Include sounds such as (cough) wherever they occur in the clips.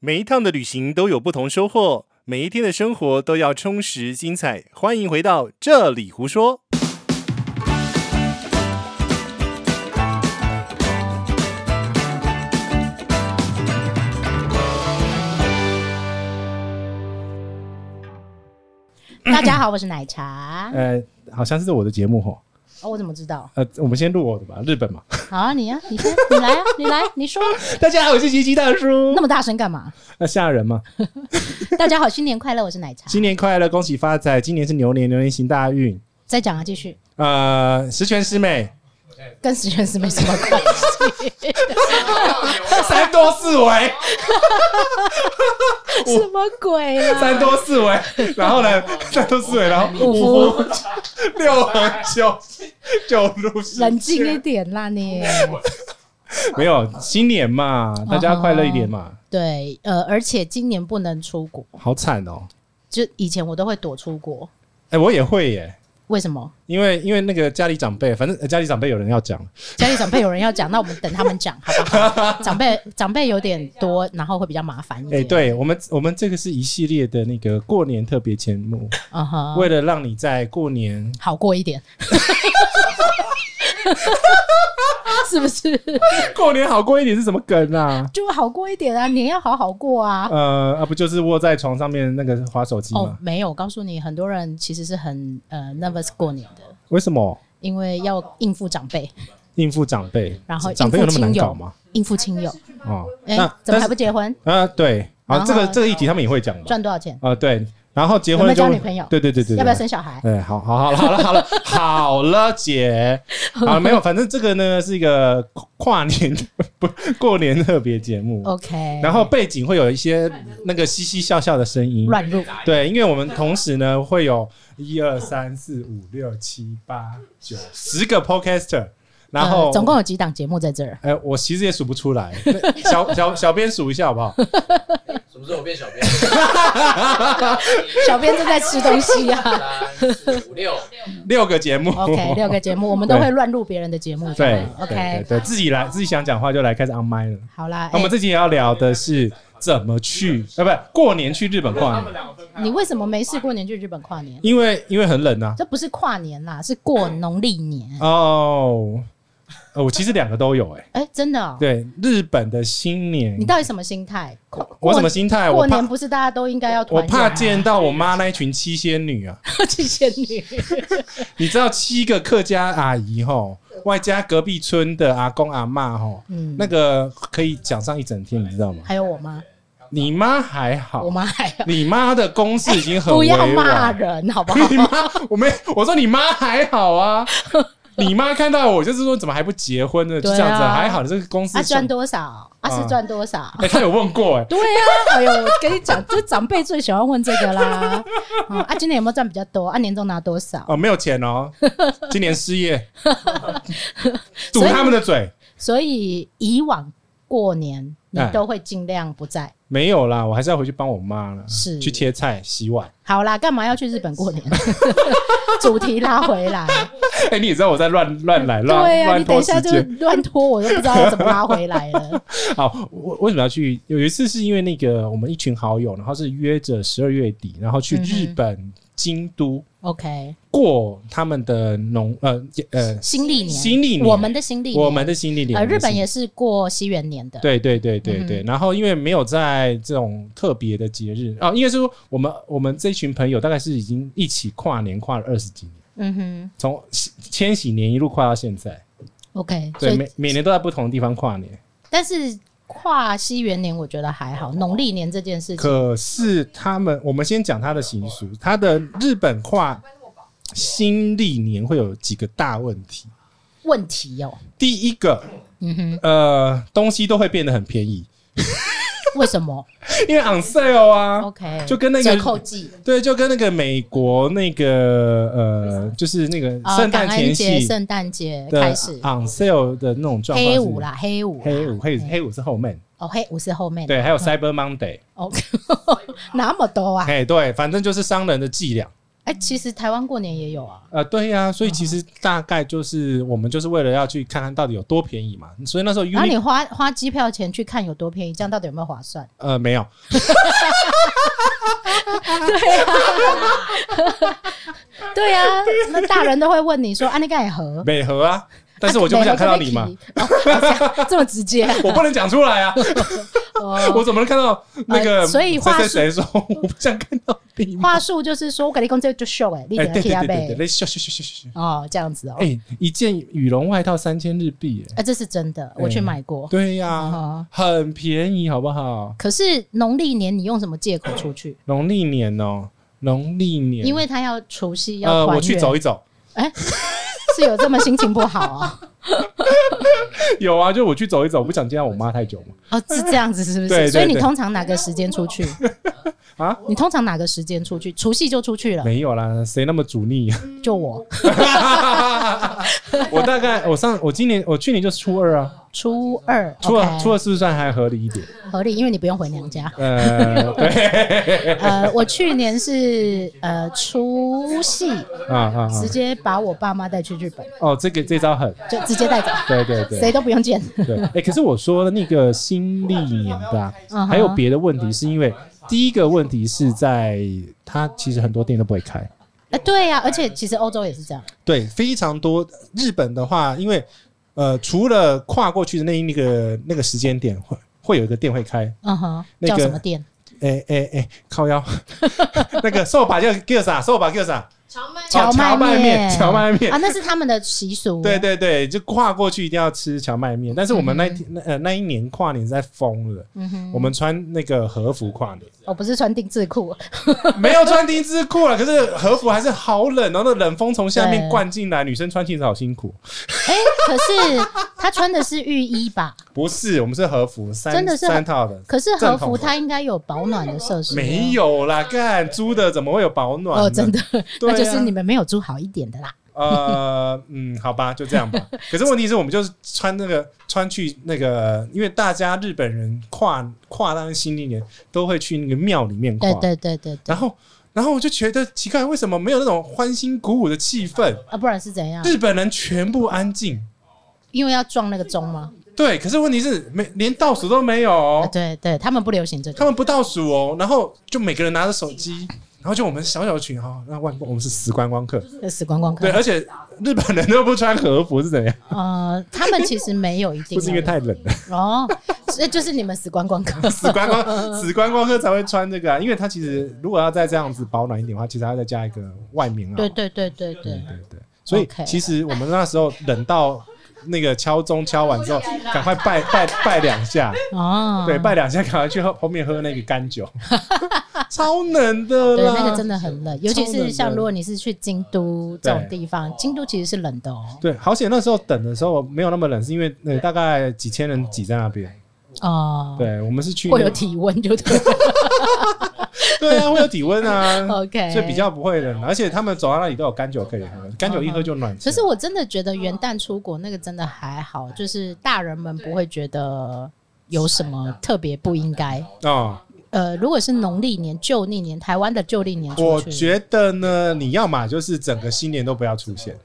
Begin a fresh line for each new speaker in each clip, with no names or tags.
每一趟的旅行都有不同收获，每一天的生活都要充实精彩。欢迎回到这里胡说。
(laughs)
大家好，我是奶茶。
呃，好像是我的节目哈。
哦，我怎么知道？
呃，我们先录我的吧，日本嘛。 (laughs)
好啊，你啊，你先，你来啊，你来，你说，
大家好，我是吉吉大叔
那。么大声干嘛？
那吓人吗？
大家好，新年快乐，我是奶茶。
新年快乐，恭喜发财！今年是牛年，牛年行大运。
再讲啊，继续，
呃，十全十
(laughs)
美，
跟十全十美什么关
(laughs)
系？
三多四维，
什么鬼啦？
三多四维。然后呢，三多四维，然后
五
福六合九九如十
冷静一点啦你。
没有新年嘛，大
啊
家快乐一点嘛。
对，呃，而且今年不能出国，
好惨哦！
就以前我都会躲出国，
哎，我也会耶。
为什么？
因为因为那个家里长辈，反正呃家里长辈有人要讲，
家里长辈有人要讲，那我们等他们讲，好不
(laughs)
好？长辈长辈有点多，然后会比较麻烦一
哎、
点。，
对我们，我们这个是一系列的那个过年特别节目，
嗯哼，
为了让你在过
(laughs)
年，
好过一
(laughs)
点，是不是？
过年好过一点是什么梗啊？
就好过一点啊，年要好好过啊。
呃，啊，不就是窝在床上面那个划手机吗？
哦，没有，我告诉你，很多人其实是很呃 nervous 过年的，
为什么
因为要应付长辈，
应付长辈？
然后
长辈有那么难搞吗？
应付亲友。
哦，那
哎、怎么
但
还
是
不结婚？
啊，对
然
啊，
后
这个这个议题他们也会讲嘛。
赚多少钱？
啊，对，然后结
有没
婚
有
就
交
会
女朋友
对对对对，
要不要
对
生小孩？
哎，好好好了，好了，好了，好了，姐，啊，没有，反正这个呢是一个跨年不过年特别节目
OK，
然后背景会有一些那个嘻嘻笑笑的声音。
乱入，
对，因为我们同时呢会有一二三四五六七八九十个 podcaster，然后、
呃总共有几档节目在
(laughs)
这儿？
哎、我其实也数不出来，那小小小编数一下好不好？
什么时候我变小编？
小编正在吃东西
(laughs)
啊。
三四五六，
六个节目
OK，六个节目，我们都
哦对
会乱入别人的节目。
对对对
OK，
对，自己来自己想讲话就来开始 on 麦了。
好啦，
那我们
哎
这集也要聊的是怎么去，呃，不是过年去日本跨年，
你为什么没事过年去日本跨年？
因为因为很冷啊。
这不是跨年啦，是过农历年。
哦，呃我其实两个都有哎、
哎、真的、哦，
对，日本的新年
你，到底什么心态？跨
我什么
过
心态？
过
我
年
怕
不是大家都应该要
我
团圆吗？
怕见到我妈那一群七仙女啊！
(laughs) 这些女，
你知道七个客家阿姨吼，外加隔壁村的阿公阿嬷吼，
嗯，
那个可以讲上一整天，你知道吗？
还有我妈，
你妈还
我
好，
妈还有，
你妈的公式已经啊很
(laughs) 不
委
要骂
婉。
人好不
(laughs)
好？
你妈，我没我说你妈还好
(laughs)
啊。你妈看到我就是说怎么还不结婚呢？就这样子
对啊
还好，这个公司
啊，
想
赚多少？啊，是赚多少？
哎，他有问过
(laughs)
哎，
对啊，哎呦，我跟你讲， (laughs) 这长辈最喜欢问这个啦。嗯啊，今年有没有赚比较多？啊，年终拿多少？
哦，没有钱哦，今年失
(laughs)
业，堵
所以
他们的嘴。
所以以往过年你
哎
都会尽量不在。
没有啦，我还是要回去帮我妈了，
是
去切菜、洗碗。 (laughs)
好啦，干嘛要去日本过年？主题拉回来，
哎、你也知道我在乱乱来乱
对啊，
乱
你等
拖
一下
时
就
间。
乱拖，我都不知道要怎么拉回来了。
(laughs) 好，我为什么要去？有一次是因为那个我们一群好友，然后是约着十二月底，然后去
嗯
日本京都、
OK，
过他们的农呃呃
新历年，
新历年
我们的新历年，
我们的新历年。
呃，日本也是过西元年的，
对对对对对，
嗯
然后因为没有在这种特别的节日啊，应该是说我们我们这群朋友大概是已经一起跨年跨了二十几年，
嗯哼
从千禧年一路跨到现在，
，OK，所
对，
以
每每年都在不同的地方跨年。
但是跨西元年我觉得还好，农历年这件事情，
可是他们，我们先讲他的习俗，他的日本跨新历年会有几个大问题。
问题哦，
第一个，
嗯哼，
呃，东西都会变得很便宜，
为什么
因为 on sale 啊，
？OK，
就跟那个
折扣季，
对，就跟那个美国那个呃，就是那个
呃
圣诞
感
前
恩节、
夕啊
圣诞节
的
开始，
on sale 的那种状况。
黑五，啦，黑五啦，
黑五，黑
嗯
黑五是后面，
哦，黑五是后面的，
对，还有 Cyber Monday，
(laughs) 哦，那么多啊，
哎，对，反正就是商人的伎俩。
哎、其实台湾过年也有啊，
呃，对呀、所以其实大概就是我们就是为了要去看看到底有多便宜嘛，所以那时候
然后
Uni
你花花机票钱去看有多便宜，这样到底有没有划算？
呃没有，
对啊，那大人都会问你说啊，那个也合，
美和啊，但是我就不
美
想
和
看到
可不可
你
以
嘛，
提 (laughs) 这么直接、
我不能讲出来啊，
哦。
我怎么能看到那个
呃所以
谁
话
谁
术
谁说我不想看到你嘛？
话术就是说，我跟你讲，这就秀哎，你
哎，
得
对
替
对
他
对对对，
背
那咻咻咻咻咻咻，
哦，这样子哦，
哎，一件羽绒外套三千日币，哎，
啊，这是真的，我去买过。
对啊呀
哦，
很便宜，好不好？
可是农历年你用什么借口出去？
农历年哦，农历年，
因为他要除夕要
呃，
团圆，
我去走一走，
是有这么心情不好啊？
有啊，就我去走一走，我不想见到我妈太久嘛。
哦，是这样子是不
对对
是？所以你
对
通常哪个时间出去？
(laughs) 啊，
你通常哪个时间出去？除夕就出去了，
没有啦，谁那么忤逆？
就我
(laughs) 我大概我上我今年我去年就是初二啊，
初二，
初二
OK
初二是不是算还合理一点？。
合理，因为你不用回娘家
(laughs) 呃，
(laughs)
对
呃，我去年是呃除夕，
啊啊啊，
直接把我爸妈带去日本，
哦，这个这招狠，
就直接带走，
对对
谁
对
都不
(laughs)
用见。
对。哎，可是我说那个新历年的啊，
嗯哼
还有别的问题，是因为第一个问题是在它其实很多店都不会开。
呃，对呀、而且其实欧洲也是这样，
对，非常多。日本的话，因为呃，除了跨过去的那一那个那个时间点，会会有一个店会开。
嗯哼，
那
叫
个
什么店？
哎哎哎，靠腰， (laughs) 那个寿把叫叫啥？寿把叫啥？
荞麦
荞
麦
麦面荞麦面
啊，那是他们的习俗。哦
对对对，就跨过去一定要吃荞麦面。但是我们那天、那呃那一年跨年实在疯了，
嗯哼，
我们穿那个和服跨年，
我不是穿定制裤，哦
没有穿丁字裤了，可是和服还是好冷，然后那冷风从下面
对
灌进来，女生穿其实好辛苦。
哎、可是他穿的是浴衣吧？
不是，我们是和服，三
真的是
三套的，
可啊是和
正统
服它应该有保暖的设施，
没。有啦，干租的怎么会有保暖呢？
哦，真的，
对啊
那就是你们没有租好一点的啦。
呃，嗯，好吧，就这
(laughs)
样吧。可是问题是我们就是穿那个穿去那个，因为大家日本人跨跨那个新历年都会去那个庙里面跨，
对对对对对，
然后然后我就觉得奇怪，为什么没有那种欢欣鼓舞的气氛？
啊，不然是怎样？
日本人全部安静。
因为要撞那个钟吗？
对，可是问题是没连倒数都没有哦、
啊，对对，他们不流行这
他
个。
们不倒数哦，然后就每个人拿着手机，然后就我们小小群哦，那外国我们是死观光客，
呃死观光客
对，，而且日本人都不穿和服是怎样？
呃，他们其实没有一
(laughs)
定
不
要，
是因为太冷了，
哦，所以就是你们死观光客，
死观光死观光客才会穿这个啊，因为他其实如果要再这样子保暖一点的话，其实还要再加一个外棉啊，
(laughs) 对对对对对
对，对对，所以
OK
其实我们那时候冷到。那个敲钟敲完之后，赶快拜拜拜两下，
哦，
嗯对，拜两下，赶快去喝后面喝那个干
(laughs)
酒，超冷的
哦对，
啦，
那个真的很冷，尤其
超冷的哦
是像如果你是去京都这种地方，京都其实是冷的哦。
对，好险那时候等的时候没有那么冷，是因为呃大概几千人挤在那边。
哦，，
对，我们是去
会有体温就对了。
对啊，会有体温
(laughs)
(laughs) 啊
OK，
所以比。较不会冷。啊而且他们走到那里都有干酒可以喝，干酒一喝就暖起
哦可
来。
是我真的觉得元旦出国那个真的还好，就是大人们不会觉得有什么特别不应该。
哦，
呃，如果是农历年、旧历年，台湾的旧历年出
我
去，
觉得呢，你要嘛就是整个新年都不要出现，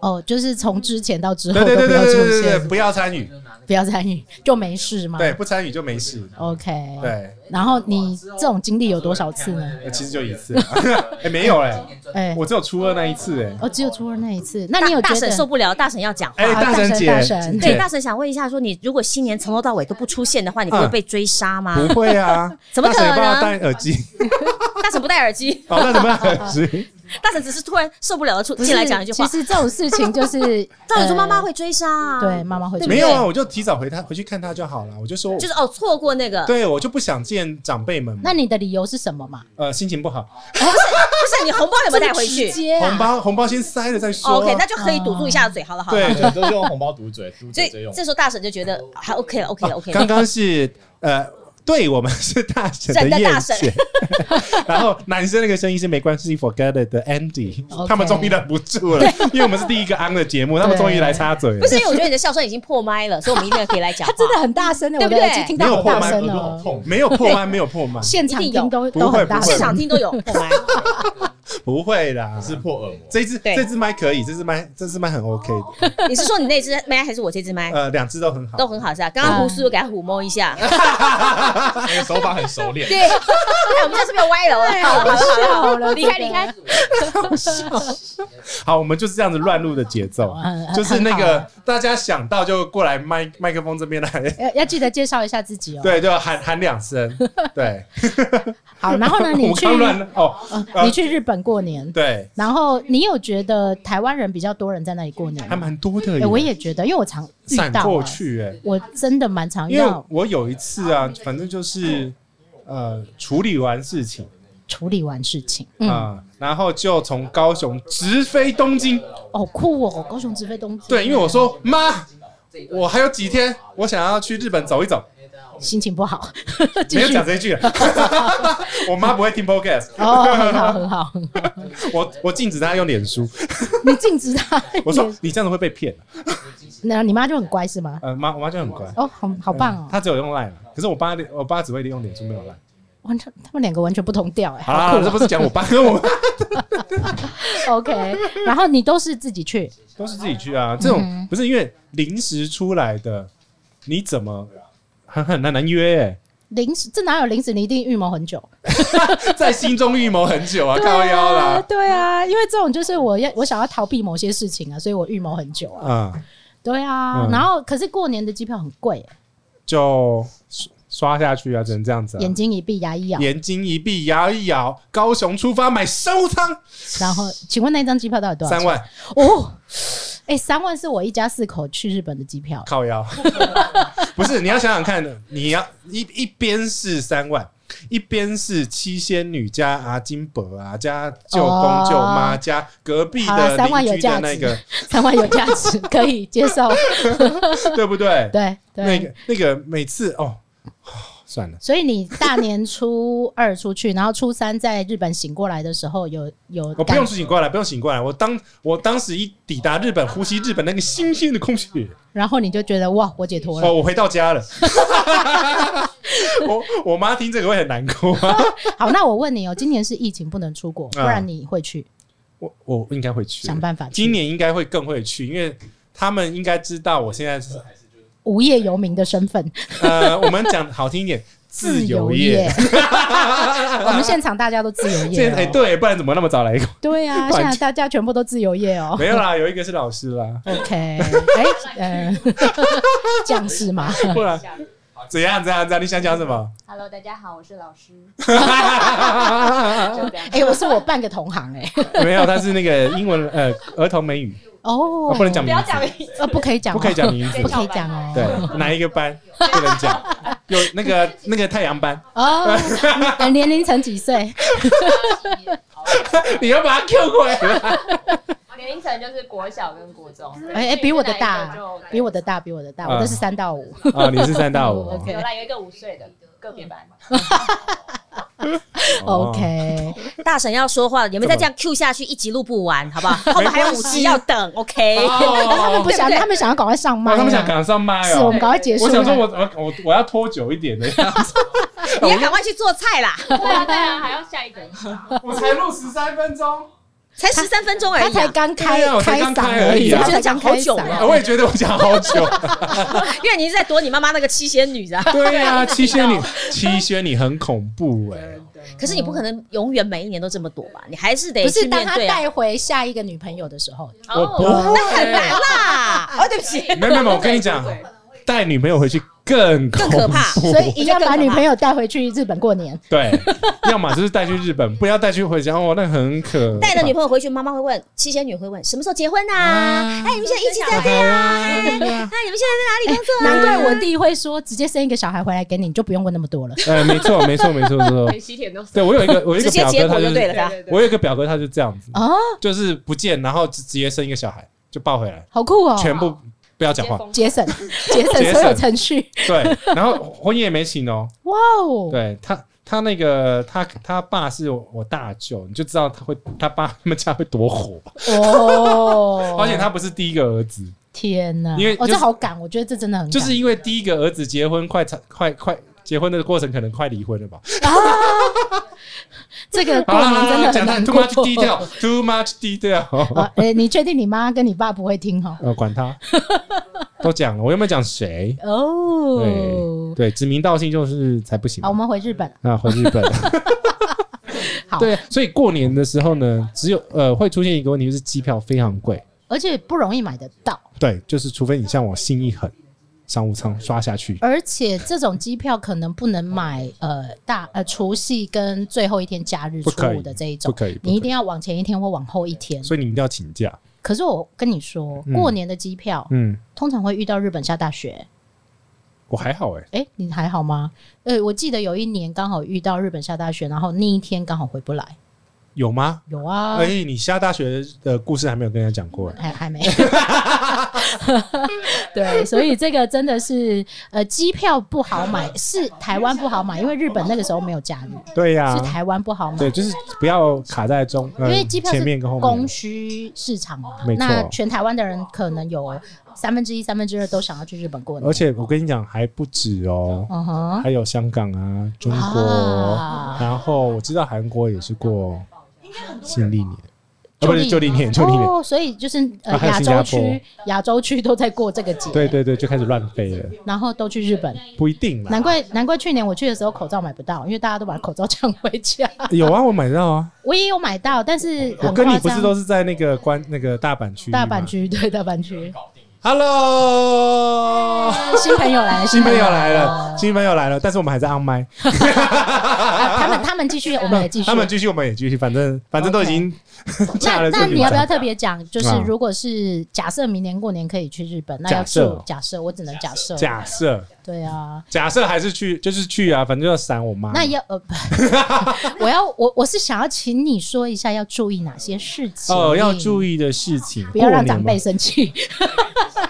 哦，就是从之前到之后
对
都
对对
不
对
要
对
出
对对，
现，嗯
不要参与，
不要参与，就没事嘛。
对，不参与就没事。
嗯，OK。
对，
然后你这种经历有多少次呢？
呃其实就一
(laughs)
次，哎，没有哎，
哎、
我只有初二那一次哎。
哦，只有初二那一次。那
大
你有
大
觉
婶
得
受不了，大婶要讲话。
哎，
啊
大神
大神
姐
大神，
对，
姐
(laughs) 大婶想问一下，说你如果新年从头到尾都不出现的话，你不会
嗯
被追杀吗？
不会啊，
怎么可
(laughs) 大神有帮我
能
戴耳机？ (laughs)
大婶不戴耳机，
哦，大神不戴
(laughs)
耳机。
大婶只是突然受不了了出
不是
进来讲一句话，
其。实这种事情就是
(laughs) 照理说妈妈
呃
会追杀啊，
对妈妈会
对不
没
对
有啊，，我就提早回他回去看他就好了。我就说，
就是哦，错过那个，不
对我就不想见长辈们嘛，
那你的理由是什么嘛？
呃心情不好，
是你红包有没有带回去
直接啊
红包红包先塞了再说啊。
哦？OK，那就可以堵住一下嘴，好了好了。
对
对，都是用红包堵嘴，堵
所
嘴最
以
用。
这时候大婶就觉得还 OK 了，OK 了，OK
(laughs) 刚
了。
刚是呃，对我们是大神 (laughs)
真的
的
大
燕
神
姐，然后男生那个声音是没关系，Forget it 的 Andy，
OK
他们终于忍不住了，因为我们是第一个 on 的节目，他们终于来插嘴了
(laughs) 不。是因为我觉得你的笑声已经破麦了，所以我们一定可以来
(laughs)
讲
他
话。
真的很大声的，
对
我
不
的
对
耳机听
没有
到很
破
大
麦
声
耳朵好
哦，
痛，
没有破麦，没有破麦，
现场
一定有
听都
不
都
会
很大
不会
声，
现场听都有破麦。
不会啦，
撕破耳膜。
这一只
对
这只麦可以，这只麦这只麦很 OK
哦
的，
你是说你那只麦还是我这只麦？
呃，两只都很好，
都很好是吧？刚刚胡叔有给他抚摸一下，
那个手法很熟练，
对，哎我们这是不是歪楼了？好了好了好了，离开离开。
好，我们就是这样子乱入的节奏
嗯，
就是那
(laughs) 很
个大家想到就过来麦麦克风这边
(laughs)
来，
要要记得介绍一下自己哦。
对，就喊喊两声，
(laughs)
对， (laughs)
好，然后呢，你
我
去
刚乱了哦，
呃你去日本过年，
对，
然后你有觉得台湾人比较多人在那里过年
还
吗？
蛮多的耶
哎，我也觉得，因为我常遇
闪
到啊
过，去哎、
我真的蛮常遇
因为
到
我有一次啊，反正就是呃处理完事情
处理完事情，
啊、
嗯，
然后就从高雄直飞东京。
好酷哦，高雄直飞东京，
对，因为我说妈，我还有几天，我想要去日本走一走，
心情
(laughs)
不好，继
没有
续
讲这一句了。 (laughs) 我妈不会听 podcast，
哦，很好很好，很
(laughs)
好
我我禁止她用脸书。
你禁止他，
我说
嗯
你这样子会被骗。
那你妈就很乖是吗？
呃，妈，我妈就很乖，
哦，好好棒哦，
她只有用 line，可啊是我爸我爸只会用脸书，没有 line。
完全他们两个完全不同调哎，
嗯好
好
啦，
酷
这不是讲
(laughs)
我爸，跟我
哦，OK，然后你都是自己去，
都是自己去啊。这种、
嗯哼
不是因为临时出来的，你怎么很很难难
(laughs)
约、
啊
欸？
零食这哪有零食？你一定预谋很久，
在心中预谋很久啊，(laughs)
对
靠腰
啊，
啦。
对啊，因为这种就是我要我想要逃避某些事情啊，所以我预谋很久啊，
啊，
对啊，
嗯
然后可是过年的机票很贵、
就刷刷下去啊，只能这样子、啊。
眼睛一闭牙一咬，
眼睛一闭，牙一咬，高雄出发买收仓
然后请问那张机票到底多少
三
钱？
万，
哦，哎、三万是我一家四口去日本的机票，
靠
(laughs)
腰。不是，你要想想看，你要一一边是三万，一边是七仙女加阿金伯啊，加舅公舅妈、
哦
加隔壁
好啦
的
三万有
邻居的
价
那
值
个，
三万有价值，可以接
(laughs)
受，
对不对？
对 (laughs) 对。
那个那个每次哦，算了，
所以你大年初二出去，然后初三在日本醒过来的时候有，有
哦我不
感
用醒过来，不用醒过来。我当我当时一抵达日本，呼吸日本那个新鲜的空气，
然后你就觉得哇，我解脱了
哦，。我回到家
(laughs)
了。 (laughs) 我我妈听这个会很难过、啊，
好，那我问你哦，今年是疫情不能出国，不
啊
然你会去、
我我应该会去，
想办法去？
今年应该会更会去，因为他们应该知道我现在是
无业游民的身份，
呃，我们讲好听一点，自由
业
业。。 (laughs)
我们现场大家都自由业、
现
哦，
哎、对，不然怎么那么早来一个？
对啊，
不然
现在大家全部都自由业哦。
没有啦，有一个是老师
(laughs)
啦，
OK，哎、嗯， (laughs) 这样是吗？
不然怎样怎样怎样？你想讲什么？
Hello，大家好，我是老师。
哎、我是我半个同行哎、
没有，他是那个英文呃儿童美语，
哦
啊，不能讲名字，
呃，不可以讲哦，
不可以讲名字
不，可以讲哦。
对，哪一个班不能讲？有那个那个太阳班，
哦，呃年龄层几岁？
你要把他 Q 过来了。
年龄层就是国小跟国 (laughs) 中，
哎哎，比我的
哪
大
一个就，
比我的大，比我的大，
嗯
我的是三到五。
(laughs) 啊，你是三到
(laughs)
五哦
OK
有啦，有一个五岁的个别班，
哦
OK，
大婶要说话了，你们再这样 Q 下去，一集录不完，好不 (laughs) 好？后面还有五集要等，OK？
他们不想，
对
他们想要赶快上麦
哦
啊，
他们想赶上麦
是我们
哦。
赶快结束。
我想说我，我我我要拖久一点的样子，
你要赶快去做菜啦，
对啊对啊，还要下一个。
(laughs)
(laughs)
我才录十三分钟，
才十三分钟而
他
已
才
啊。
刚开
对啊我才
开
刚开
嗓
而已啊
他才刚开
我觉
嗓
得讲好久
我也觉得我讲好 (laughs) 久。
因为你是在躲你妈妈那个七仙女啊。
对 (laughs) 呀，七仙女，七仙女很恐怖哎。
可是你不可能永远每一年都这么躲吧？你还是得
不是
去
当
面
他
对啊。
带回下一个女朋友的
(laughs)
时候，
我不
哦
那很难 (laughs) 啦！哦，对不起，
没有没有，我跟你讲，
哎
带女朋友回去更
更可怕
恐怖
所以一定要把女朋友带回去日本过
(laughs)
年。
对，要么就是带去日本，不要带去回家哦，那很可
带着女
朋
朋友回去，妈妈会问，七仙女会问什么时候结婚啊？哎，你们现在一起在这啊？哎，你们现在在哪里工作啊？
难怪我弟会说，直接生一个小孩回来给你，你就不用问那么
(laughs)
多了。
友，呃，没错没错没错没错
连，喜帖都是。
对我有一个我有一
直
个
接
表
结
哥，他
果
就
就是对了啦。
对
我有一个表哥，他就这样子，
哦，
就是不见，然后直直接生一个小孩就抱回来，
好酷哦！
全部不要讲话，(laughs)
节省节省
省
所有程序，
对，然后婚宴也没请哦，
哇哦！
对他。他那个他他爸是我我大舅，你就知道他会他爸他们家会多火，(laughs)
哦，
而且他不是第一个儿子，
天哪，
因为就
哦，
是
这好赶，我觉得这真的很赶
就是因为第一个儿子结婚快差快快结婚的过程可能快离婚了吧，(laughs)
这个过年哦真
啊，
的很
讲的
难
too
过。
much 低
(laughs)
调，too much 低调。
啊，哎、你确定你妈跟你爸不会听哦？
呃，管他，都讲了，我有没有讲谁？
哦，
对，指名道姓就是才不行
好，我。们回日本。
那回日本，
(laughs) 好，
对，所以过年的时候呢，只有呃会出现一个问题，就是机票非常贵。
而且不容易买得到，
对，就是除非你像我心一狠，商务舱刷下去，
而且这种机票可能不能买呃大呃除夕跟最后一天假日
不
初
可以
五的这一
不
种。
可以，不可以
你一定要往前一天或往后一天。
所以你一定要请假。
可是我跟你说，
嗯
过年的机票、
嗯，
通常会遇到日本下大雪。
我还好哎、
哎、你还好吗？呃，我记得有一年刚好遇到日本下大雪，然后那一天刚好回不来。
有吗？
有啊，
哎、你下大学的故事还没有跟人家讲过哎、
还还没。 (laughs) 对，所以这个真的是呃，机票不好买，是台湾不好买，因为日本那个时候没有假日，
对呀、
是台湾不好买。
对，就是不要卡在中，
因
呃、
为机票
前
是
面跟后面
供
嘛。
需市场嘛
没，错
那全台湾的人可能有三分之一、三分之二都想要去日本过年，
而且我跟你讲，还不止哦，
嗯哼，
还有香港啊、中国，
啊
然后我知道韩国也是过新历年，啊，
旧
不
历
是旧历年，旧历年，
哦，所以就是呃
啊还有
亚
新加
洲
坡
区，亚洲区都在过这个节，
对对对，就开始乱飞了，
然后都去日本，
不一定啦。
难怪难怪去年我去的时候口罩买不到，因为大家都把口罩抢回家。 (laughs)
有啊，我买到啊，
我也有买到，但是
我
很
跟你
夸
不是
张
都是在那个关那个大阪区域吗，
大阪区，对大阪区，
，Hello。
新朋友来了，
新朋友来
啊
了，新朋友来了，但是我们还在 on 麦，
他们他们继续，我们也继续
他。们继续，我们也继续，反正反正都已经 (laughs) 架
那
了这个
那
比
你要不
赛
要特别讲？就是
啊
如果是假设明年过年可以去日本，那要
假设
住假设，我只能假设。
假设
对啊，
假设还是去，就是去啊，反正就要闪我妈。
那要呃，不 (laughs) 我要我我是想要请你说一下要注意哪些事情
哦，要注
意，
意的事情，
不要
过
让
年
长辈
嘛。
生气。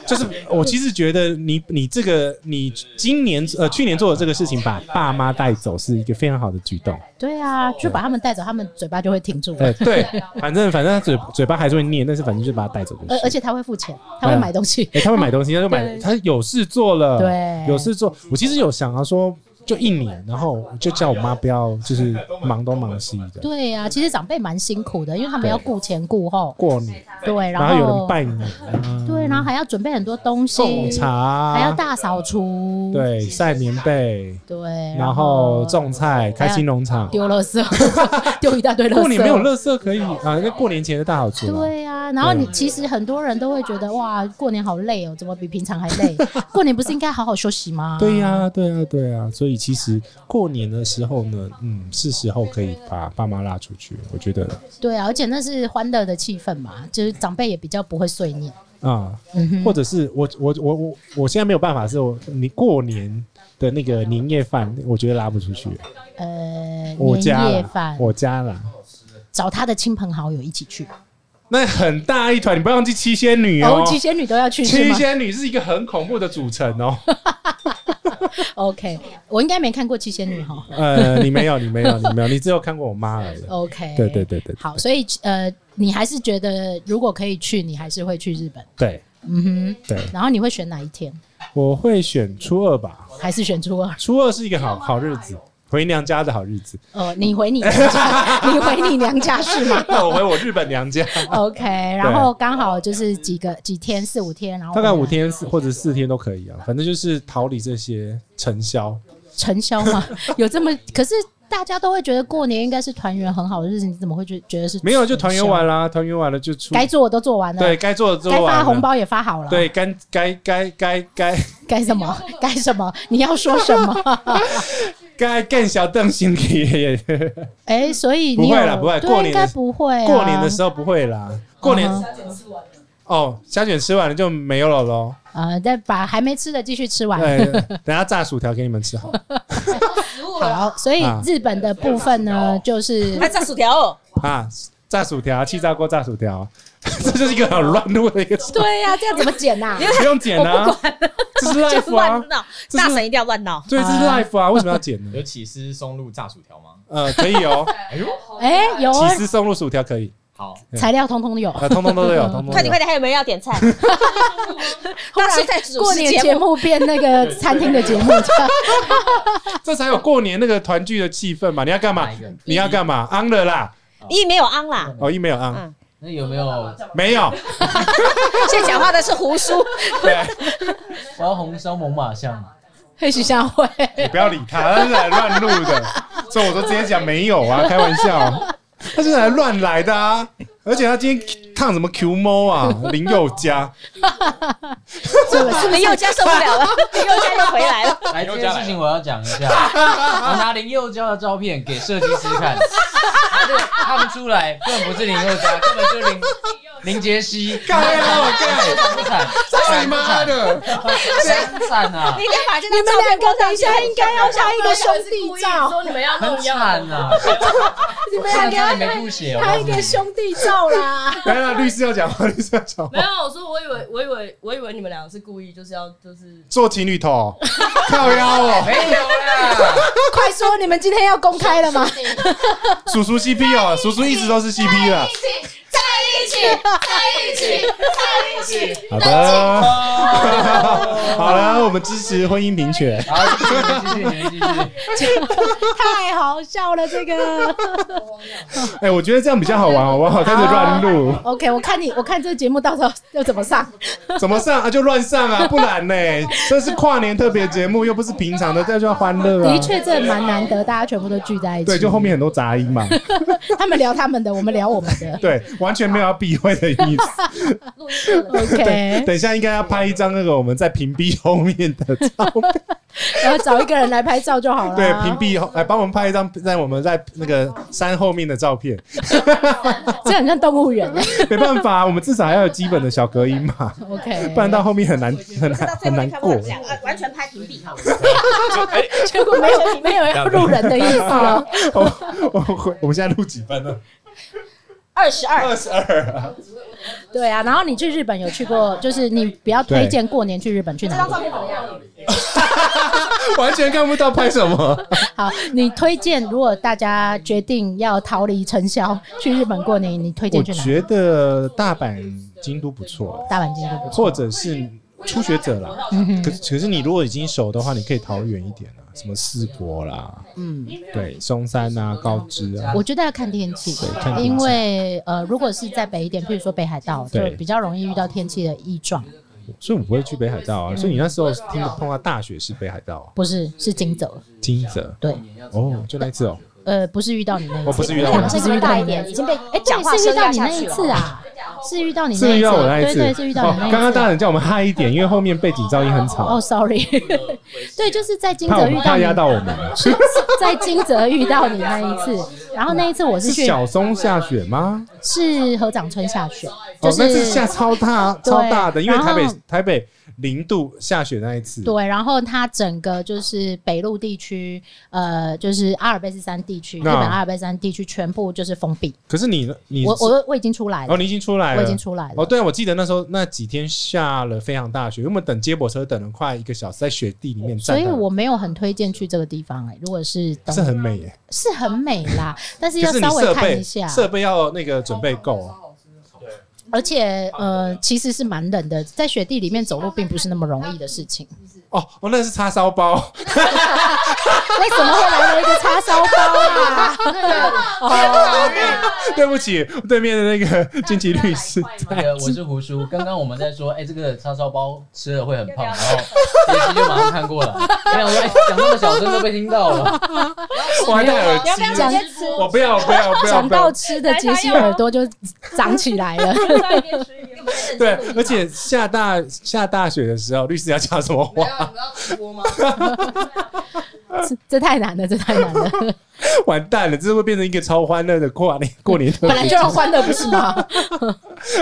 就是我其实觉得你你这个你今年呃去年做的这个事情，把爸妈带走是一个非常好的举动。
对啊，就把他们带走，他们嘴巴就会停住了。
对对，反正反正他嘴嘴巴还是会念，但是反正就是把他带走就
呃而而
是。
且他会付钱，他会
嗯
买东西。
哎，他会买东西，他就买，
对
他有事做了，
对
有事做。我其实有想要说，就一年，然后我就叫我妈不要就是忙东忙西的。
对啊，其实长辈蛮辛苦的，因为他们
对
要顾前顾后，
过年，
对，
然
后
后有人拜年啊，
对，然后还要准备很多东
送
西，
茶啊，
还要大扫除，
对晒棉被，
对，
然后种菜，开心农场。
丢垃圾， (laughs) 丢一大堆垃
(laughs)
圾。
过年没有垃圾可以啊，那过年前的大好处啦。
对啊，然后你其实很多人都会觉得哇，过年好累哦，怎么比平常还累？过年不是应该好好休息吗？
对呀、对呀、对呀、所以其实过年的时候呢，嗯，是时候可以把爸妈拉出去。我觉得
对啊，而且那是欢乐的气氛嘛，就是长辈也比较不会碎念。
啊、
嗯哼，
或者是我我我我我现在没有办法，是我你过年的那个年夜饭，我觉得拉不出去。
呃，
我
年
家
夜
啦
饭
我家啦，
找他的亲朋好友一起去，
那很大一团，你不要忘记七仙女
哦
哦，。
七仙女都要去是
七
吗
仙女是一个很恐怖的组成哦。
？OK，我应该没看过七仙女哈。
呃，你没有，你没有，你没有，你只有看过我妈
(laughs)
而已。
OK，
(laughs) 对对对对
好，所以呃，你还是觉得如果可以去，你还是会去日本，
对
嗯哼。
对，
然后你会选哪一天？
我会选初二吧，
还是选初 (laughs) 二？
初二是一个好好日子，回娘家的好日子。
呃，你回你娘家， (laughs) 你回你娘家是吗
那我回我日本娘家，
(laughs) ？OK，然后刚好就是几个几天，四五天，然
(laughs)
后
大概
回来
五天四或者四天都可以啊，反正就是逃离这些尘嚣。
成宵嘛， (laughs) 有这么可是。大家都会觉得过年应该是团圆很好的日子，你怎么会觉觉得是
没有，就团圆完
了，
啦，团圆完了就出，
该做的都做完了，
对，该做的做
该
完
发
了
红，包也发好了，
对，该该该该该
该什 (laughs) 么该什么，你要说什么？ (laughs)
该干小邓心里，
哎，所以你
不会
有
啦不会
对
过年的
应该不会啊，
过年的时候不会啦，过年
嗯
哦，虾卷吃完了就没有了喽。
呃，再把还没吃的继续吃完。
对，等下炸薯条给你们吃好了
好，所以
啊
日本的部分呢，就是
还炸薯条哦。
啊，炸薯条，气炸锅炸薯条， (laughs) 这就是一个很乱入的一个，
对呀，这样怎么剪
(laughs)
呐？
(laughs) 不用剪啊，这是
就是
life 啊
乱，闹，
这是
大神一定要乱闹。
对，这是 life 啊，为什么要剪呢
有？起司松露炸薯条吗？
(laughs)
(laughs)
呃，可以哦，
哎
哎，有
啊
起司松露薯条可以，
好，
材料通通有。
啊，通通都有，通通
嗯
都
快点
有
快。点，还有没人要 (laughs) 点菜？
忽然
到现在主持
过年节目变那个餐厅的节目，
这才有过年那个团聚的气氛嘛！你要干嘛
Oh
哪一个？
你要干嘛？on 了啦！
一没有昂啦，
哦，一没有 on，
嗯，
那有没有
没有。
(laughs) 现在讲话的是胡叔，
对，
我要红烧猛
(laughs)
犸象？
也许像会。
哎
你不要理
(laughs)
他，他是来乱录的，所以我都直接讲没有啊，开玩笑。他是来乱来的啊，而且他今天烫什么 Q 猫啊，林宥嘉，
是林宥嘉受不了 (laughs) 了，林宥嘉又回来了。
来，这件事情我要讲一
(laughs)
下。我拿林宥嘉的照片给设计师看，他就看不出来，根本不是林宥嘉，根本就是林林杰西。
干呀我干
干！惨，
操你妈 (laughs) 的！
惨惨啊
你！应该把这张照片跟大家
应该要像一个兄弟照，
说你们要
很惨啊！
(laughs) 你们
上
两
次
个
差点
要
没吐血，我告
拍
诉
一
你
个兄弟照啦。
来了，律师要讲话，律师要讲
没
话，
有，我说我以为，我以为，我以为你们两个是故意，就是要就是
做情侣头，靠腰 (laughs) 哦，
没有啦，
(laughs) 快说，你们今天要公开了吗？
叔叔 CP 哦，叔叔一直都是 CP 啦。好的，好了，我们支持婚姻平权。
好，继续，你们继续，你们继续。
(laughs) 太好笑了，这个。
哎，我觉得这样比较好玩，好不好？开始乱录。
OK，我看你，我看这节目到时候要怎么上。
怎么上啊？就乱上啊，不然呢？这是跨年特别节目，又不是平常的，这就要欢乐啊。
的确，这蛮难得，大家全部都聚在一起。
对，就后面很多杂音嘛，
他们聊他们的，我们聊我们
(laughs)
的。
对，完全没有要避讳的意思。
录音的人
OK，
等一下应该要拍一张那个我们在屏蔽后面的照，
(laughs) 然后找一个人来拍照就好了。
对，屏蔽后来帮我们拍一张在我们在那个山后面的照
(laughs)
片。
这很像动物园。
没办法，我们至少要有基本的小隔音
(laughs)
嘛，
OK，
不然到后面很难很难很难过。
完全拍屏蔽，
结果没 (laughs) 有没有要入人的意思了。
我我 (laughs) 我我们现在录几分了？
二十二，
二十二 (laughs) 啊。
对啊，然后你去日本有去过，就是你比较推荐过年去日本去哪里？
完全看不到拍什么。
好，你推荐如果大家决定要逃离尘嚣去日本过年，你推
我
荐去哪里？
觉得大阪、京都不错，
大阪、京都不错。
或者是初学者啦。
嗯
可可是你如果已经熟的话，你可以逃远一点啊，什么四国啦，
嗯，
对，松山啊、高知啊。
我觉得要看天气
对看，天气
因为呃，如果是在北一点，譬如说北海道，就
对
比较容易遇到天气的异状。
所以我不会去北海道啊。所以你那时候听碰到大学是北海道、啊，
不是，是金泽。
金泽
对，
哦，就那一次哦。
呃，不是遇到你那一次，
我不是遇到我
我们是遇到
大
你那
一
一
点，
次
已经被哎讲话
对是
声
遇到
压
你
下
那
去
一
了哦
次。啊，是遇到你
是
那一
遇
次，啊
到我那一次，哦
对对，是遇到你那一次。啊
刚刚大人叫我们嗨一点，因为后面背景噪音很吵，
哦，sorry，对， (laughs) 就是在金
怕
泽
我
遇
们
到
怕
你
压到我们。
(laughs)
啊
是是在金泽遇到你那一
(laughs)
次，然后那一次我是
是
去
小松下雪吗？
是合掌村下雪，就
哦，那次
是
下超大
对
超大的，因为
然后
台北台北零度下雪那一次，
对，然后它整个就是北陆地区，呃，就是阿尔卑斯山地区，日
那
本阿尔卑斯山地区全部就是封闭。
可是你呢？你
我
是
我我已经出来了，
哦，你已经出来了，
我已经出来了。
哦，对，我记得那时候那几天下了非常大雪，因为我们等接驳车等了快一个小时，在雪地里面
所
站着，
以我没有很推荐去这个地方哎、如果是冬
是很美耶，
是很美啦，但嗯是
可
要
是你
稍微
设
看
备
一下，
设备要那个准备够哦，
而且呃其实是蛮冷的，在雪地里面走路并不是那么容易的事情。
哦，哦那是叉烧包，
(laughs) 为什么会来了一个叉烧包啊？那个 (laughs)
(laughs) 对不起，对面的那个金奇律师，
那个我是胡叔，刚刚我们在说，哎、这个叉烧包吃了会很胖，然后杰西就马上看过来，我想说，哎、讲那么小声都被听到了，
我还戴耳
你要不
机，
要直接吃？
我不要，我不要，我不要，
讲
不要
到。吃的，杰西耳朵就长起来 (laughs) 了。
在一边吃一 (laughs) 边录音
对，而且下大下大雪的时候，律师要讲什么话？
你们要直播吗？ (laughs)
这这太难了，这太难了，
完蛋了，这会变成一个超欢乐的跨年过年特
本
辑。
来就要欢乐不是吗？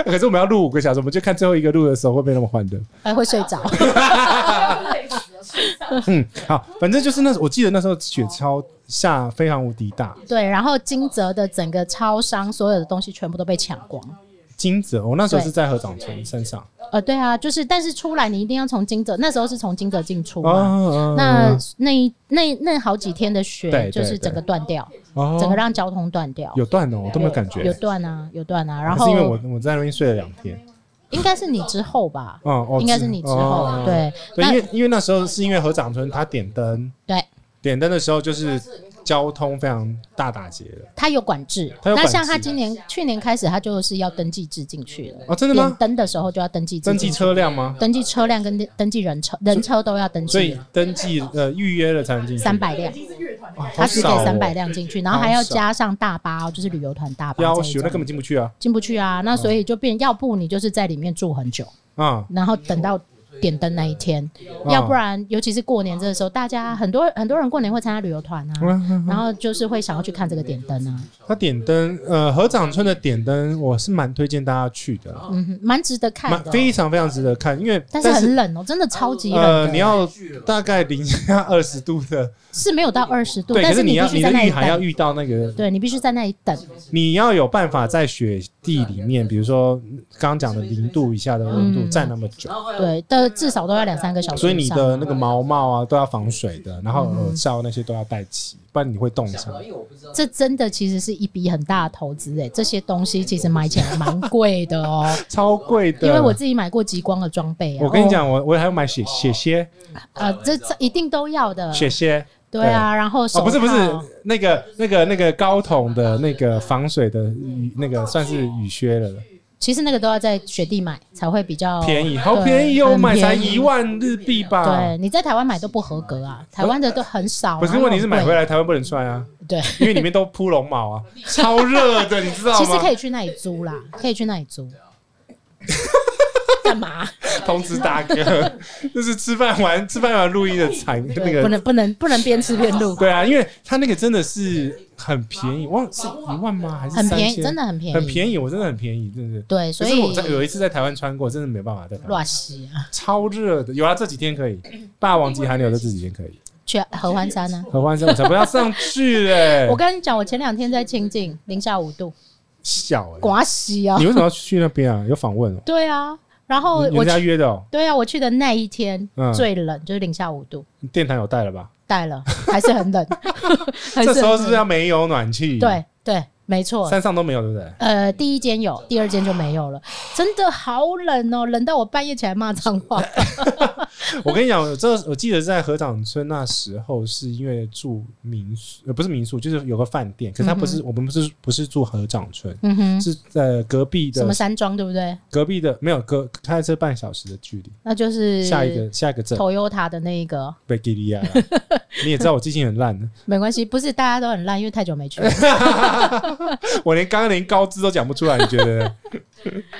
可是我们要录五个小时，我们就看最后一个录的时候会不会那么欢乐。
还哎会睡着。
(laughs)
嗯，好，反正就是那，我记得那时候雪超下非常无敌大，
对，然后金泽的整个超商所有的东西全部都被抢光，
金泽，我那时候
对
是在何长春身上
呃，对啊，就是但是出来你一定要从金泽，那时候是从金泽进出
哦
嘛。
哦
那那一那那好几天的雪
对
就是
对
整个断掉，
哦
整个让交通断掉，
有断哦，我都没有感觉，
有断啊，有断啊。然
可
后
是因为我我在那边睡了两天，
应该是你之后吧，
嗯，哦
应该是你之后，
哦
对
对，
那
因为因为那时候是因为何长春他点灯，
对，
点灯的时候就是交通非常大打劫了
他有管制。
他有
那
管制
像他今年去年开始，他就是要登记制进去了。
哦，真的
点
吗？
灯的时候就要登记制
登
进去
记、车辆吗？
登记车辆跟登记人车、人车都要登
所
记
以，登记呃预约了才能进去，
三百辆，
哦，
他
好
只给
少哦
三百，辆进去，然后还要
好少
加上大巴哦，就是旅游团大巴
要
这一
求那哦
种
根本进不去啊，
进不去啊。那所以就变，要不你就是在里面住很久，
啊，
然后等到点灯那一天，
啊
要不然尤其是过年这个时候，大家很多很多人过年会参加旅游团
嗯
啊，然后就是会想要去看这个点灯啊，
他点灯，呃，合掌村的点灯，我是蛮推荐大家去的，
嗯哼，蛮值得看
蛮
的。
非常非常值得看，因为
但是很冷哦，真的超级冷的。
呃，你要大概零下二十度的，
是没有到二十度，
对，可
但
是
你
要
必
你
须
的
在那
御
里
寒要
等。
遇到那个，
对你必须在那里等，
你要有办法在雪地里面，比如说刚刚讲的零度以下的温度
嗯
站那么久，
对，但至少都要两三个小时以上。
所以你的那个毛帽啊都要防水的，然后
嗯
耳罩那些都要戴齐，不然你会冻伤。
这真的其实是一笔很大的投资欸诶，这些东西其实买起来蛮贵的
(laughs)
哦，
超贵的。
因为我自己买过极光的装备啊。
啊我跟你
哦，嗯
讲，我我还要买雪雪靴，
呃，这这一定都要的。
雪靴
对啊，然后手
哦，不是不
套
是那个那个那个高筒的那个防水的雨那个算是雨靴了，
其实那个都要在雪地买才会比较
便宜，好
哦对
便宜哦，
很
买才
便宜
一万日币吧
对，。你在台湾买都不合格啊，台湾的都很少。啊
可是
然后
问题是买
很
回
贵
来台湾不能穿啊，
对，
因为里面都铺绒毛
(laughs)
啊，超热的，你知道
其实
吗
可？以去那里租啦，可以去那里
(laughs)
租。干嘛？
通知大哥，
(laughs)
就是吃饭完吃饭完录音的彩那
对，不
个
能不能不能边吃边录，
对啊，因为他那个真的是很便宜，忘是一万吗？还是
很便宜，
3000
真的很便宜，
很便宜，我真的很便宜，真的。
对，
可
所
是
以
我在有一次在台湾穿过，真的没办法在台湾，
乱洗啊，
超热的。有啊，这几天
(coughs)
可以，霸王级寒流的这几天可以。
去合欢山
(laughs)
呢、
合欢山我才不要上去嘞、
我跟你讲，我前两天在清境，零下五度，
小哎、
刮洗啊
你，为什么要去那边啊？有访问哦、
对啊，然后
你你
我
人家
去，
约的哦、
对啊，我去的那一天、
嗯
最冷就是零下五度，
电台有带了吧？
带了还是
(laughs)
很冷，还
这时候
很
是不
冷
是要没有暖气？，
对对，没错，
山上都没有，对不对？
呃，第一间有，第二间就没有了，真的好冷哦，冷到我半夜起来骂脏
(laughs)
话。
我跟你讲，我这我记得在合掌村那时候，是因为住民宿，呃，不是民宿，就是有个饭店，可是它不是、我们不是不是住合掌村，
嗯哼，
是在隔壁
什么
的
山庄对不对？
隔壁的没有隔开车半小时的距离，
那就是
下一个下一个镇
Toyota 的那一个，
贝吉利亚啦。你也知道我记性很
(laughs)
烂的，
没关系，不是大家都很烂，因为太久没去
哎
了。
我连刚刚连高知都讲不出来，你觉得？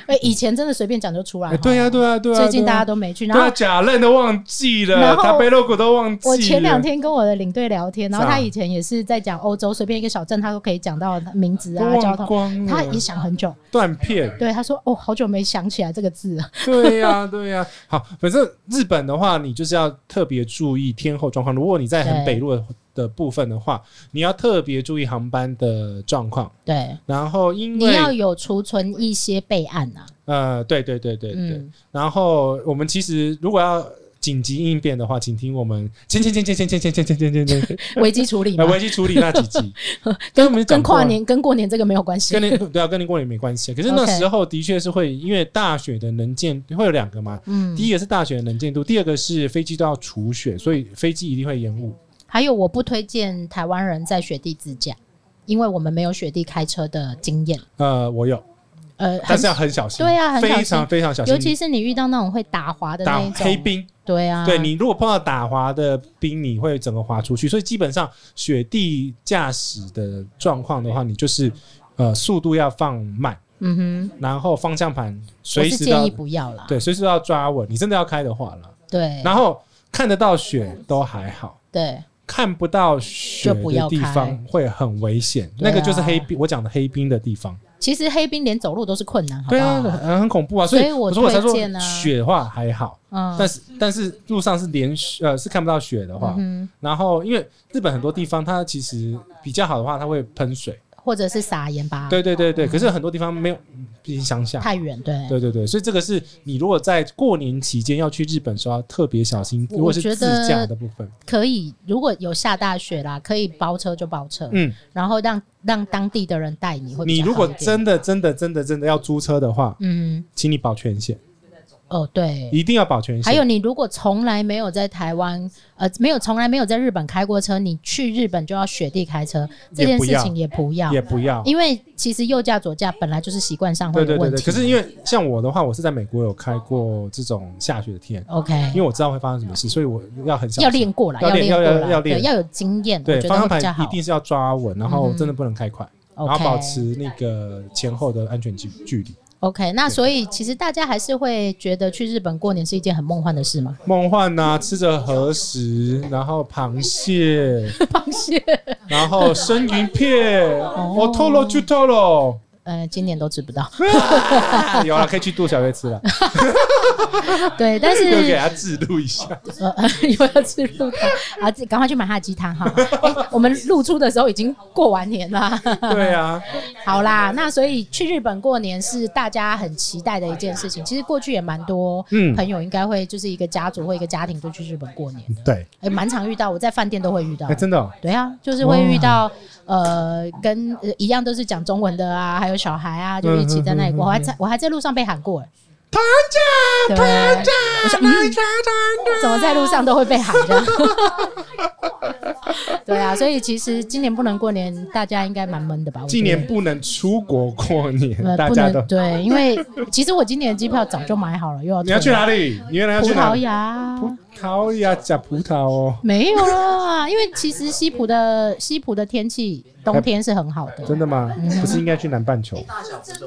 哎，以前真的随便讲就出来
哎
了。
对呀、对呀、对呀、
最近大家
都
都没去，
对
然
啊，
后。
假认都忘记了，
然后
他贝洛古都忘记了。
我前两天跟我的领队聊天，然后
是啊
他以前也是在讲欧洲随便一个小镇，他都可以讲到名字
都
啊、交
忘
通。
光
他
了
也，想很久，
断片。
对他说：“哦，好久没想起来这个字了。
对呀、对呀、好，反正日本的话，你就是要特别注意天候状况。如果你在很
对
北路的的部分的话，你要特别注意航班的状况。
对，
然后因
你要
为
有储存一些备案啊。
呃，对对对对对。
嗯，
然后我们其实如果要紧急应变的话，请听我们前前前前前前前前前前前前
危机处 (laughs) 理嘛
来，危机处理那几集，哎跟我
跟
们
跟
讲过啊
跨年、跟过年这个没有关系
跟。那对啊，跟那过年没关系。可是那
OK
时候的确是会因为大雪的能见会有两个嘛，
嗯，
第一个是大雪的能见度，第二个是飞机都要除雪，所以飞机一定会延误。
还有，我不推荐台湾人在雪地自驾，因为我们没有雪地开车的经验。
呃，我有，
呃，
但
很
是要很小心，
对啊很小心
非常非常小心，
尤其是你遇到那种会打滑的
打
那一种
黑，冰。
对啊，
对你如果碰到打滑的冰，你会整个滑出去。所以基本上雪地驾驶的状况的话，你就是呃速度要放慢，
嗯哼，
然后方向盘
我
随
是
时都
建议
要
不要啦。
对，随时都要抓稳。你真的要开的话了，
对
然后看得到雪都还好。
对，
看不到雪
就不要
的地
开
方会很危险，
对
那
啊
个就是黑冰，我讲的黑冰的地方。
其实黑冰连走路都是困难，好不
对啊，
好？
很很恐怖啊，
所
所
以
以
我
所以我才说
推荐啊
雪的话还好，
嗯，
但是但是路上是连雪呃是看不到雪的话，
嗯
然后因为日本很多地方它其实比较好的话，它会喷水，
哼，或者是撒盐巴，
对对对对，可是很多地方没有，毕竟乡下。
啊嗯太远，对。
对对对，所以这个是你如果在过年期间要去日本的时候要特别小心，
我
如果是
觉
自
得
驾的部分，
可以，如果有下大雪啦，可以包车就包车，
嗯，
然后让让当地的人带你会比
你
较好
如
一点。
果真的真的真的真的要租车的话，
嗯
请你保全险，
哦对，
一定要保全险。
还有，你如果从来没有在台湾，呃，没有从来没有在日本开过车，你去日本就要雪地开车，这
也
件
不
事
要
情也不要，
也不要。
因为其实右驾左驾本来就是习惯上
对
会有
对对
问
对，
题。
可是因为像我的话，我是在美国有开过这种下雪的天，
OK，
因为我知道会发生什么事，所以我要很小心。
要练过来，
要练
练过
要
来，
要
对
练
要有经验，我
对
觉
方向
得会比较
盘一
好。
定是要抓稳，然后
嗯
真的不能开快，然后
OK
保持那个前后的安全距距离。
OK，那
对
所以其实大家还是会觉得去日本过年是一件很梦幻的事吗？
梦幻呐、吃着和食，然后螃蟹，
螃蟹，
然后生鱼片，我透露去透
(laughs)
露，
呃，今年都吃不到。
有了可以去杜小月吃了，
对，
(laughs)
但是
又给他记录一
(laughs)
下。
呃，又要吃鹿 (laughs) 汤啊，自己赶快去买他的鸡汤哈。 (laughs) 哎、我们露出的时候已经过完年啦。
对啊，
(laughs) 好啦，那所以去日本过年是大家很期待的一件事情。其实过去也蛮多
嗯
朋友应该会就是一个家族或一个家庭就去日本过年的，
对，
哎、蛮常遇到，我在饭店都会遇到
哎、。真的哦、
对啊，就是会遇到呃，跟呃一样都是讲中文的啊，还有小孩啊，就一起在那里
嗯
过。我还在我还在路上被喊过，哎
啊
团长，团长，我说嗯，嗯怎么在路上都会被喊的？对啊，所以其实今年不能过年，大家应该蛮闷的吧？我觉得
今年不能出国过年，
呃
大
不
家都
能。对，因为其实我今年的机票早就买好了，又要
你要去
退了
哪里？你原来要
葡
去哪
萄
里？
牙。
葡萄牙假葡萄哦，
没有啦，因为其实西葡的西葡的天气冬天是很好的，
真的吗？
嗯
不是应该去南半球？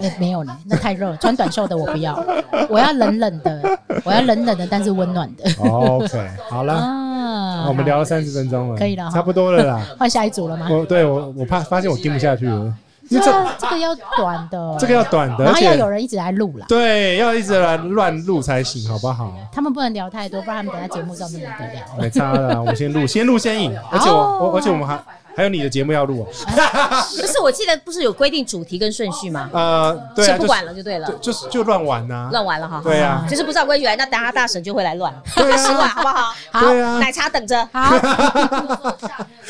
哎、没有呢，那太热了，穿短袖的我不要，我要冷冷的，我要冷冷的，但是温暖的。
哦
(laughs)
OK，好啦，
啊
那我们聊了三十分钟了，
可以了哈
差不多了
(laughs)
啦。
换下一组了吗？
我对我我怕发现我听不下去了，因
这
为这啊
个这个要短的，
这个要短的，
啊然
而
后要
且
有人一直来录啦，
对要一直来乱录才行，好不好？
他们不能聊太多，不然他们等在节目上就没得聊了。
没差了啦，我们先录，先录先赢，而且我
哦
我而且我们还还有你的节目要录哦，
啊
不是，我记得不是有规定主题跟顺序吗？
呃，对
先
啊，
不
就
管
是
了就对了，
对就是就乱玩呐，
乱玩了哈。
对啊，
就是不照规矩来，那等下大神就会来乱，
(laughs)
对
是吧？
啊，
好不好？好
对啊，
奶茶等着。
好，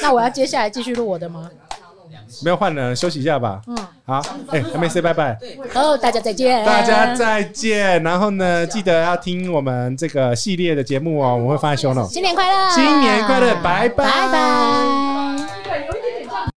那我要接下来继续录我
(laughs)
的吗？
(laughs) 没有换了，休息一下吧。
嗯，
好，哎，还没 say 拜拜。
哦，大家再见，
大家再见，然后呢，记得要听我们这个系列的节目哦，我们会放在 show note。
新年快乐，
新年快乐，拜拜，
拜拜。